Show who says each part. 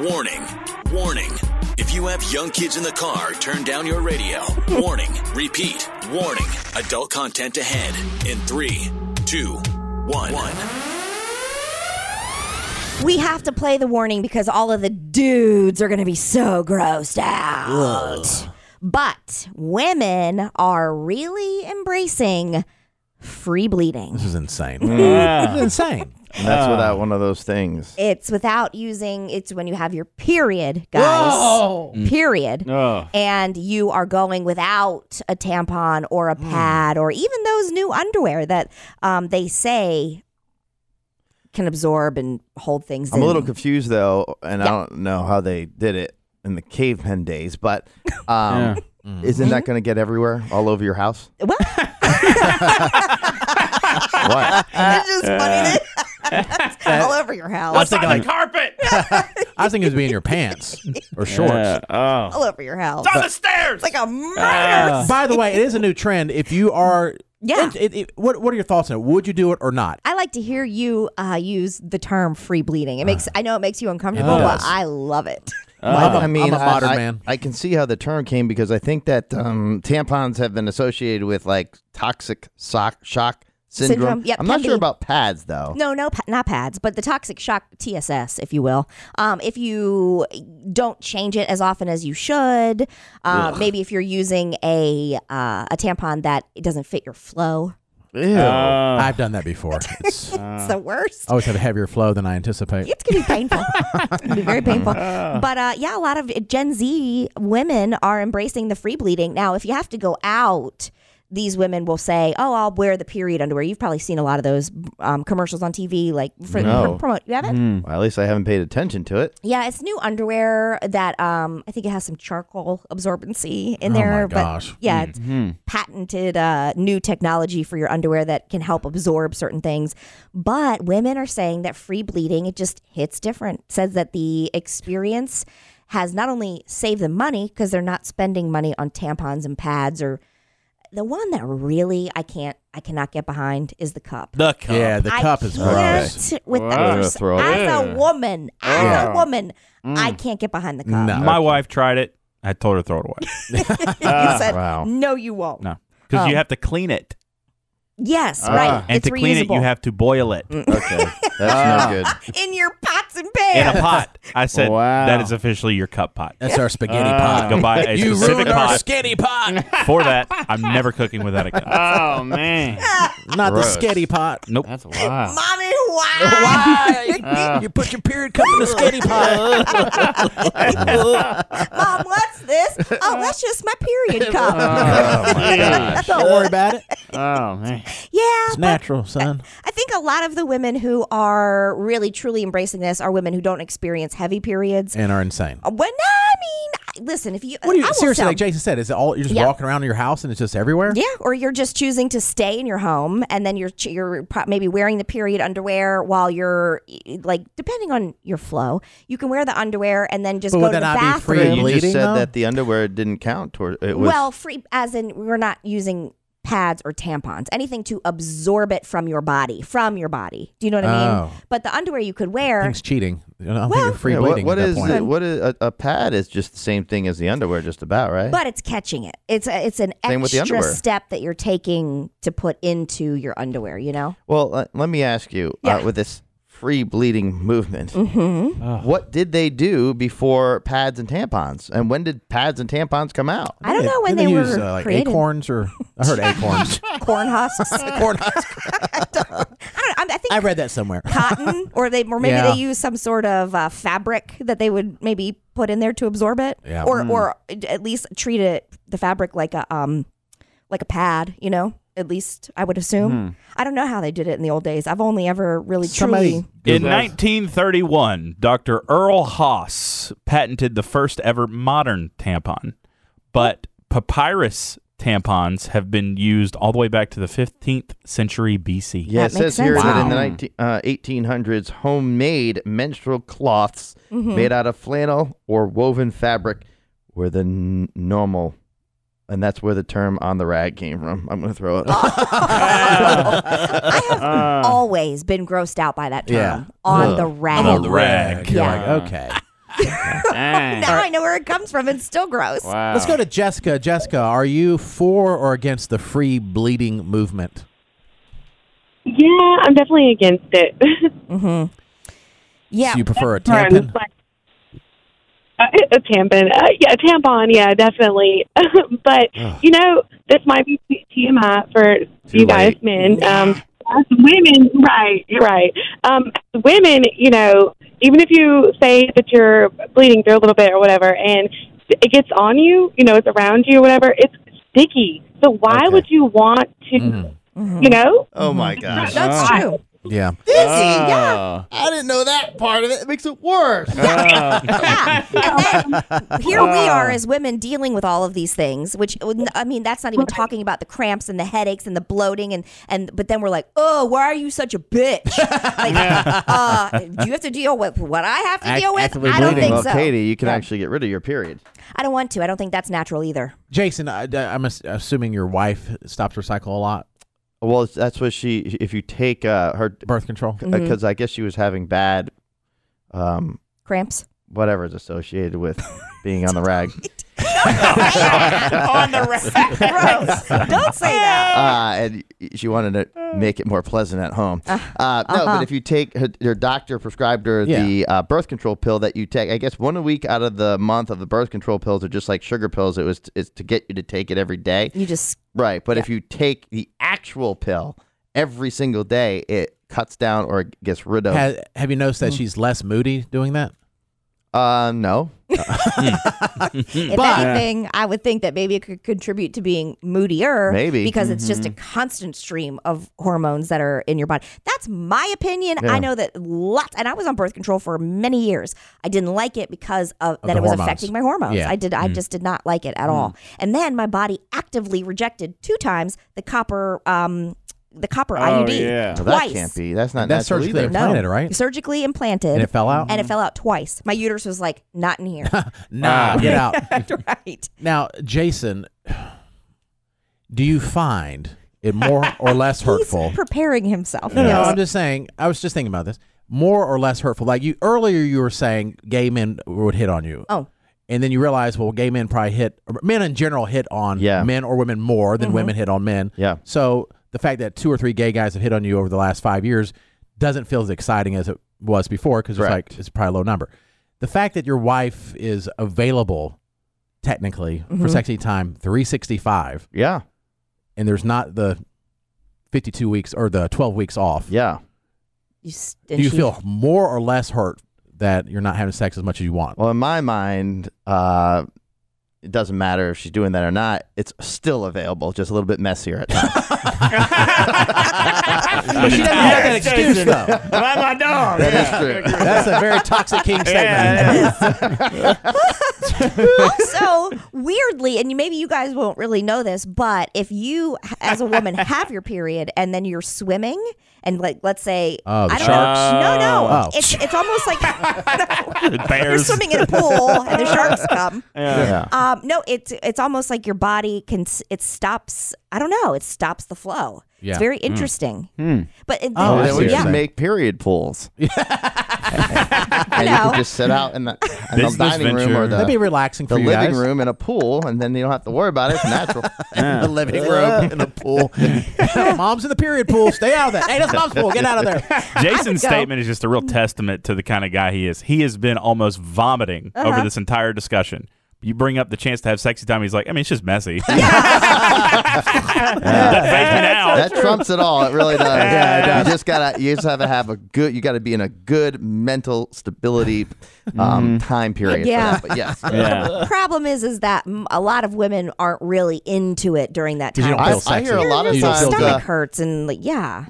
Speaker 1: Warning, warning. If you have young kids in the car, turn down your radio. Warning, repeat, warning. Adult content ahead in three, two, one.
Speaker 2: We have to play the warning because all of the dudes are going to be so grossed out. But women are really embracing free bleeding.
Speaker 3: This is insane.
Speaker 4: Yeah.
Speaker 3: This is insane.
Speaker 5: And that's
Speaker 2: Ah.
Speaker 5: without one of those things.
Speaker 2: It's without using, it's when you have your period, guys.
Speaker 5: Mm.
Speaker 2: Period.
Speaker 4: Oh.
Speaker 2: And you are going without a tampon or
Speaker 5: Mm.
Speaker 2: a pad or even those new underwear that um, they say can absorb and hold things
Speaker 5: I'm
Speaker 2: in.
Speaker 5: a little confused though, and I don't know how they did it in the cavemen days, but um,
Speaker 4: Yeah.
Speaker 3: Mm-hmm.
Speaker 5: isn't that going to get everywhere, all over your house?
Speaker 2: What?
Speaker 5: What?
Speaker 3: Uh,
Speaker 2: it's just funny that it's all over your house.
Speaker 3: I was thinking like carpet. I was thinking it would be in your pants or shorts.
Speaker 4: Yeah. Oh.
Speaker 2: all over your house. It's on the stairs. It's like
Speaker 3: Uh,
Speaker 2: a murder.
Speaker 4: Ah.
Speaker 3: By the way, it is a new trend. If you are,
Speaker 2: Yeah.
Speaker 3: it- it- it- what what are your thoughts on it? Would you do it or not?
Speaker 2: I like to hear you uh, use the term "free bleeding." It makes I know it makes you uncomfortable,
Speaker 3: Uh. It
Speaker 2: but
Speaker 3: does.
Speaker 2: I love it.
Speaker 3: I'm a-
Speaker 5: I mean,
Speaker 3: I'm a
Speaker 5: I-
Speaker 3: modern
Speaker 5: I,
Speaker 3: man.
Speaker 5: I can see how the term came because I think that um, tampons have been associated with like toxic sock, shock syndrome.
Speaker 2: Syndrome, yep,
Speaker 5: I'm not
Speaker 2: can
Speaker 5: sure
Speaker 2: be.
Speaker 5: about pads though.
Speaker 2: No, no, pa- not pads, but the toxic shock TSS, if you will. Um, if you don't change it as often as you should, uh, maybe if you're using a uh, a tampon that it doesn't fit your flow,
Speaker 5: Ew.
Speaker 2: Um,
Speaker 4: Oh.
Speaker 3: I've done that before. It's, I
Speaker 2: it's the worst.
Speaker 3: always have a heavier flow than I anticipate.
Speaker 2: It's gonna be painful. it's gonna be very painful. But uh, yeah, a lot of Gen Z women are embracing the free bleeding. Now, if you have to go out, these women will say, "Oh, I'll wear the period underwear." You've probably seen a lot of those um, commercials on TV, like for
Speaker 5: No.
Speaker 2: pr- promote. You haven't?
Speaker 5: Well, at least I haven't paid attention to it.
Speaker 2: Yeah, it's new underwear that um, I think it has some charcoal absorbency in
Speaker 3: Oh my
Speaker 2: there. but
Speaker 3: gosh. Mm.
Speaker 2: yeah, it's patented uh, new technology for your underwear that can help absorb certain things. But women are saying that free bleeding it just hits different. Says that the experience has not only saved them money because they're not spending money on tampons and pads or the one that really I can't I cannot get behind is the cup.
Speaker 3: The cup. Yeah, the cup
Speaker 2: I
Speaker 3: is
Speaker 2: can't
Speaker 3: gross.
Speaker 2: with the
Speaker 4: Wow.
Speaker 2: pers-
Speaker 5: Throw up.
Speaker 2: as a
Speaker 4: Yeah.
Speaker 2: woman, as
Speaker 4: Yeah.
Speaker 2: a woman, I can't get behind the cup.
Speaker 3: No.
Speaker 6: My wife tried it. I told her to throw it away.
Speaker 2: you said
Speaker 5: wow.
Speaker 2: no, you won't.
Speaker 6: No, because
Speaker 2: Oh.
Speaker 6: you have to clean it,
Speaker 2: Yes, right.
Speaker 6: and
Speaker 2: it's
Speaker 6: to
Speaker 2: reusable. Mm.
Speaker 6: clean it, you have to boil it
Speaker 5: Okay,
Speaker 2: Uh,
Speaker 5: that's no good.
Speaker 2: in your pots and
Speaker 6: in
Speaker 2: pans.
Speaker 6: a pot. I said
Speaker 4: Wow.
Speaker 6: that is officially your cup pot.
Speaker 3: That's our spaghetti
Speaker 4: Ah.
Speaker 3: pot.
Speaker 6: Go buy a
Speaker 3: Uh, you
Speaker 6: specific
Speaker 3: ruined our
Speaker 6: pot
Speaker 3: skitty pot.
Speaker 6: for that. I'm never cooking without a cup.
Speaker 4: Oh man,
Speaker 3: Not
Speaker 5: Gross.
Speaker 3: the skitty pot.
Speaker 6: Nope.
Speaker 4: that's wild.
Speaker 2: Mommy, why?
Speaker 3: Why? you put your period cup in the skitty pot.
Speaker 2: Mom, what's this? Oh, that's just my period cup.
Speaker 6: Ah.
Speaker 4: Oh my gosh.
Speaker 3: Don't worry about it.
Speaker 4: Oh man.
Speaker 2: yeah,
Speaker 3: It's natural, son.
Speaker 2: I think a lot of the women who are really truly embracing this are women who don't experience heavy periods.
Speaker 3: And are insane.
Speaker 2: When I mean, I- listen, if you,
Speaker 3: What are
Speaker 2: I
Speaker 3: you
Speaker 2: will
Speaker 3: seriously
Speaker 2: sell-
Speaker 3: like Jason said? Is it all you're just
Speaker 2: Yeah.
Speaker 3: walking around in your house and it's just everywhere?
Speaker 2: Yeah, or you're just choosing to stay in your home, and then you're ch- you're pro- maybe wearing the period underwear while you're y- like, depending on your flow, you can wear the underwear and then just
Speaker 3: But
Speaker 2: go
Speaker 3: would
Speaker 2: to the
Speaker 3: that not be free
Speaker 2: bathroom.
Speaker 3: You're
Speaker 5: you
Speaker 3: bleeding,
Speaker 5: just said
Speaker 3: though?
Speaker 5: that the underwear didn't count toward it was
Speaker 2: well, free as in we're not using pads or tampons, anything to absorb it from your body, from your body. Do you know what I mean?
Speaker 3: Oh.
Speaker 2: But the underwear you could wear.
Speaker 3: Things cheating. I don't think
Speaker 2: Well-
Speaker 3: you're free
Speaker 5: Yeah,
Speaker 3: bleeding
Speaker 5: what, what
Speaker 3: at that
Speaker 5: is
Speaker 3: point.
Speaker 5: it- what is a, a pad is just the same thing as the underwear just about right
Speaker 2: But it's catching it. It's a, it's an
Speaker 5: Same with the
Speaker 2: extra
Speaker 5: underwear.
Speaker 2: step that you're taking to put into your underwear. You know,
Speaker 5: well let, let me ask you
Speaker 2: Yeah. Mm-hmm.
Speaker 5: uh, with this free bleeding movement what did they do before pads and tampons and when did pads and tampons come out
Speaker 2: I don't know when
Speaker 3: Didn't
Speaker 2: they
Speaker 3: use,
Speaker 2: were
Speaker 3: uh, like
Speaker 2: created.
Speaker 3: acorns or I heard acorns.
Speaker 2: corn husks.
Speaker 3: Corn husks.
Speaker 2: I don't know. I'm- I think
Speaker 3: I read that somewhere.
Speaker 2: cotton, or they, or maybe
Speaker 3: Yeah.
Speaker 2: they use some sort of uh, fabric that they would maybe put in there to absorb it,
Speaker 3: Yeah.
Speaker 2: or or at least treat it the fabric like a um like a pad, you know. At least I would assume. I don't know how they did it in the old days. I've only ever really
Speaker 3: Mm-hmm. Somebody
Speaker 2: truly.
Speaker 6: In
Speaker 4: Good lord.
Speaker 6: 1931, Dr. Earl Haas patented the first ever modern tampon, but papyrus tampons have been used all the way back to the 15th century BC.
Speaker 5: yeah, it
Speaker 2: That makes
Speaker 5: says here
Speaker 2: sense.
Speaker 5: that in the
Speaker 4: Wow.
Speaker 5: 19, uh, 1800s, homemade menstrual cloths
Speaker 2: Mm-hmm.
Speaker 5: made out of flannel or woven fabric were the n- normal. And that's where the term on the rag came from. I'm going to throw it.
Speaker 2: I have always been grossed out by that term
Speaker 3: uh, Yeah.
Speaker 2: on
Speaker 3: Ugh.
Speaker 2: the rag.
Speaker 6: On the rag.
Speaker 3: You're
Speaker 2: Yeah.
Speaker 3: like, okay.
Speaker 4: Dang.
Speaker 2: now I know where it comes from. It's still gross.
Speaker 4: Wow.
Speaker 3: Let's go to Jessica. Jessica, are you for or against the free bleeding movement?
Speaker 7: Yeah, I'm definitely against it.
Speaker 2: hmm Yeah.
Speaker 3: Do you prefer a
Speaker 7: Um,
Speaker 3: tampon?
Speaker 7: but- Uh, a tampon, uh, yeah, a tampon, yeah, definitely. but you know, this might be TMI for you guys,
Speaker 5: late.
Speaker 7: men. Um, us women, right, you're right. Um, women, you know, even if you say that you're bleeding through a little bit or whatever, and it gets on you, you know, it's around you, or whatever, it's sticky. So why
Speaker 3: Okay.
Speaker 7: would you want to,
Speaker 3: Mm.
Speaker 7: you know?
Speaker 5: Oh my gosh.
Speaker 2: That's
Speaker 7: Ah.
Speaker 2: true.
Speaker 3: Yeah.
Speaker 4: yeah.
Speaker 5: Uh. I didn't know that part of it. It makes it worse.
Speaker 2: Yeah. And then here we
Speaker 4: Uh.
Speaker 2: are as women dealing with all of these things, which I mean, that's not even talking about the cramps and the headaches and the bloating and and. But then we're like, oh, why are you such a bitch? Like, uh, do you have to deal with what I have to
Speaker 3: Act-
Speaker 2: deal with?
Speaker 3: actively
Speaker 2: I don't
Speaker 3: bleeding.
Speaker 2: think
Speaker 5: well,
Speaker 2: so.
Speaker 5: Katie, you can actually get rid of your period.
Speaker 2: I don't want to. I don't think that's natural either.
Speaker 3: Jason, I, am assuming your wife stops to cycle a lot.
Speaker 5: Well, that's what she. If you take uh, her,
Speaker 3: Birth control.
Speaker 5: because
Speaker 2: Mm-hmm.
Speaker 5: I guess she was having bad, um,
Speaker 2: Cramps.
Speaker 5: whatever's associated with being on the rag.
Speaker 4: on the rack.
Speaker 2: Gross. don't say that.
Speaker 5: uh, and she wanted to make it more pleasant at home. Uh, no,
Speaker 3: uh-huh.
Speaker 5: but if you take her, your doctor prescribed her the uh, birth control pill that you take, I guess one a week out of the month of the birth control pills are just like sugar pills. It was it's to get you to take it every day,
Speaker 2: You just
Speaker 5: right? But if you take the actual pill every single day, it cuts down or gets rid of.
Speaker 3: Ha- have you noticed that
Speaker 2: Mm.
Speaker 3: she's less moody doing that?
Speaker 5: uh, no,
Speaker 2: If anything, I would think that maybe it could contribute to being moodier.
Speaker 5: Maybe.
Speaker 2: Because it's just a
Speaker 3: Mm-hmm.
Speaker 2: constant stream of hormones that are in your body. That's my opinion. I know that lots, and I was on birth control for many years. I didn't like it because of, that
Speaker 3: the
Speaker 2: it was
Speaker 3: hormones.
Speaker 2: affecting my hormones.
Speaker 3: Yeah. Mm.
Speaker 2: I did. I just did not like it at all. And then my body actively rejected two times the copper. Um, the copper IUD
Speaker 4: yeah.
Speaker 5: Well,
Speaker 2: twice.
Speaker 5: that can't be. That's not
Speaker 3: That's
Speaker 5: natural
Speaker 3: surgically
Speaker 5: either.
Speaker 3: implanted, right?
Speaker 2: Surgically implanted,
Speaker 3: And it fell out?
Speaker 2: and it fell out twice. My uterus was like, "Not in here."
Speaker 3: Nah, get out.
Speaker 2: right?
Speaker 3: Now, Jason, do you find it more or less hurtful?
Speaker 2: He's preparing himself.
Speaker 3: No, no, no,
Speaker 2: Yes.
Speaker 3: I'm just saying. I was just thinking about this. More or less hurtful. Like you earlier, you were saying gay men would hit on you.
Speaker 2: Oh.
Speaker 3: and then you realize, well, gay men probably hit or men in general hit on
Speaker 5: Yeah.
Speaker 3: men or women more than women hit on men.
Speaker 5: Yeah.
Speaker 3: So the fact that two or three gay guys have hit on you over the last five years doesn't feel as exciting as it was before because it's
Speaker 5: Correct.
Speaker 3: like it's probably a low number. The fact that your wife is available technically for sexy time 365
Speaker 5: Yeah,
Speaker 3: and there's not the 52 weeks or the 12 weeks off
Speaker 5: yeah.
Speaker 2: You s-
Speaker 3: do
Speaker 2: and
Speaker 3: you
Speaker 2: she-
Speaker 3: feel more or less hurt that you're not having sex as much as you want?
Speaker 5: Well, in my mind, uh, it doesn't matter if she's doing that or not. It's still available, just a little bit messier at times.
Speaker 3: But she doesn't have that excuse, though.
Speaker 4: By my dog. yeah.
Speaker 5: true.
Speaker 3: That's a very toxic king statement.
Speaker 4: Yeah, it is.
Speaker 2: also weirdly, and you, maybe you guys won't really know this, but if you, as a woman, have your period and then you're swimming, and like let's say,
Speaker 3: Oh, the
Speaker 2: I don't
Speaker 3: sharks.
Speaker 2: know, no, no,
Speaker 3: Oh.
Speaker 2: it's it's almost like you're
Speaker 6: Bears.
Speaker 2: swimming in a pool and the sharks come.
Speaker 5: Yeah.
Speaker 2: Um, no, it's it's almost like your body can s- it stops. I don't know, it stops the flow.
Speaker 3: Yeah. Hmm.
Speaker 2: It's very interesting. But it,
Speaker 3: Oh, I
Speaker 5: then
Speaker 3: see what
Speaker 5: we
Speaker 3: you're
Speaker 5: should
Speaker 3: saying.
Speaker 2: yeah,
Speaker 5: make period pools. and you
Speaker 2: know.
Speaker 5: can just sit out in the, in the
Speaker 6: Business
Speaker 5: dining room or
Speaker 6: venture.
Speaker 5: the,
Speaker 3: That'd be relaxing for
Speaker 5: the
Speaker 3: you
Speaker 5: living
Speaker 3: guys.
Speaker 5: room in a pool, and then you don't have to worry about it. It's natural.
Speaker 3: The living room in the pool. Mom's in the period pool. Stay out of that. Hey, that's mom's pool. Get out of there.
Speaker 6: Jason's
Speaker 2: go.
Speaker 6: statement is just a real testament to the kind of guy he is. He has been almost vomiting over this entire discussion. You bring up the chance to have sexy time. He's like, I mean, it's just messy. that phased me now.
Speaker 5: that trumps it all. It really does.
Speaker 6: Yeah, it
Speaker 5: You just gotta. You just have to have a good. You gotta be in a good mental stability
Speaker 3: Mm-hmm.
Speaker 5: um, time period.
Speaker 2: Yeah.
Speaker 5: For that. But yes.
Speaker 4: Yeah.
Speaker 2: problem is is that mm, a lot of women aren't really into it during that
Speaker 3: 'Cause you
Speaker 2: time.
Speaker 3: don't
Speaker 5: I,
Speaker 3: feel
Speaker 5: I hear a
Speaker 3: sexy.
Speaker 5: lot of
Speaker 3: You
Speaker 2: your
Speaker 3: don't feel
Speaker 5: times.
Speaker 3: good.
Speaker 2: stomach
Speaker 5: Uh,
Speaker 2: hurts and like yeah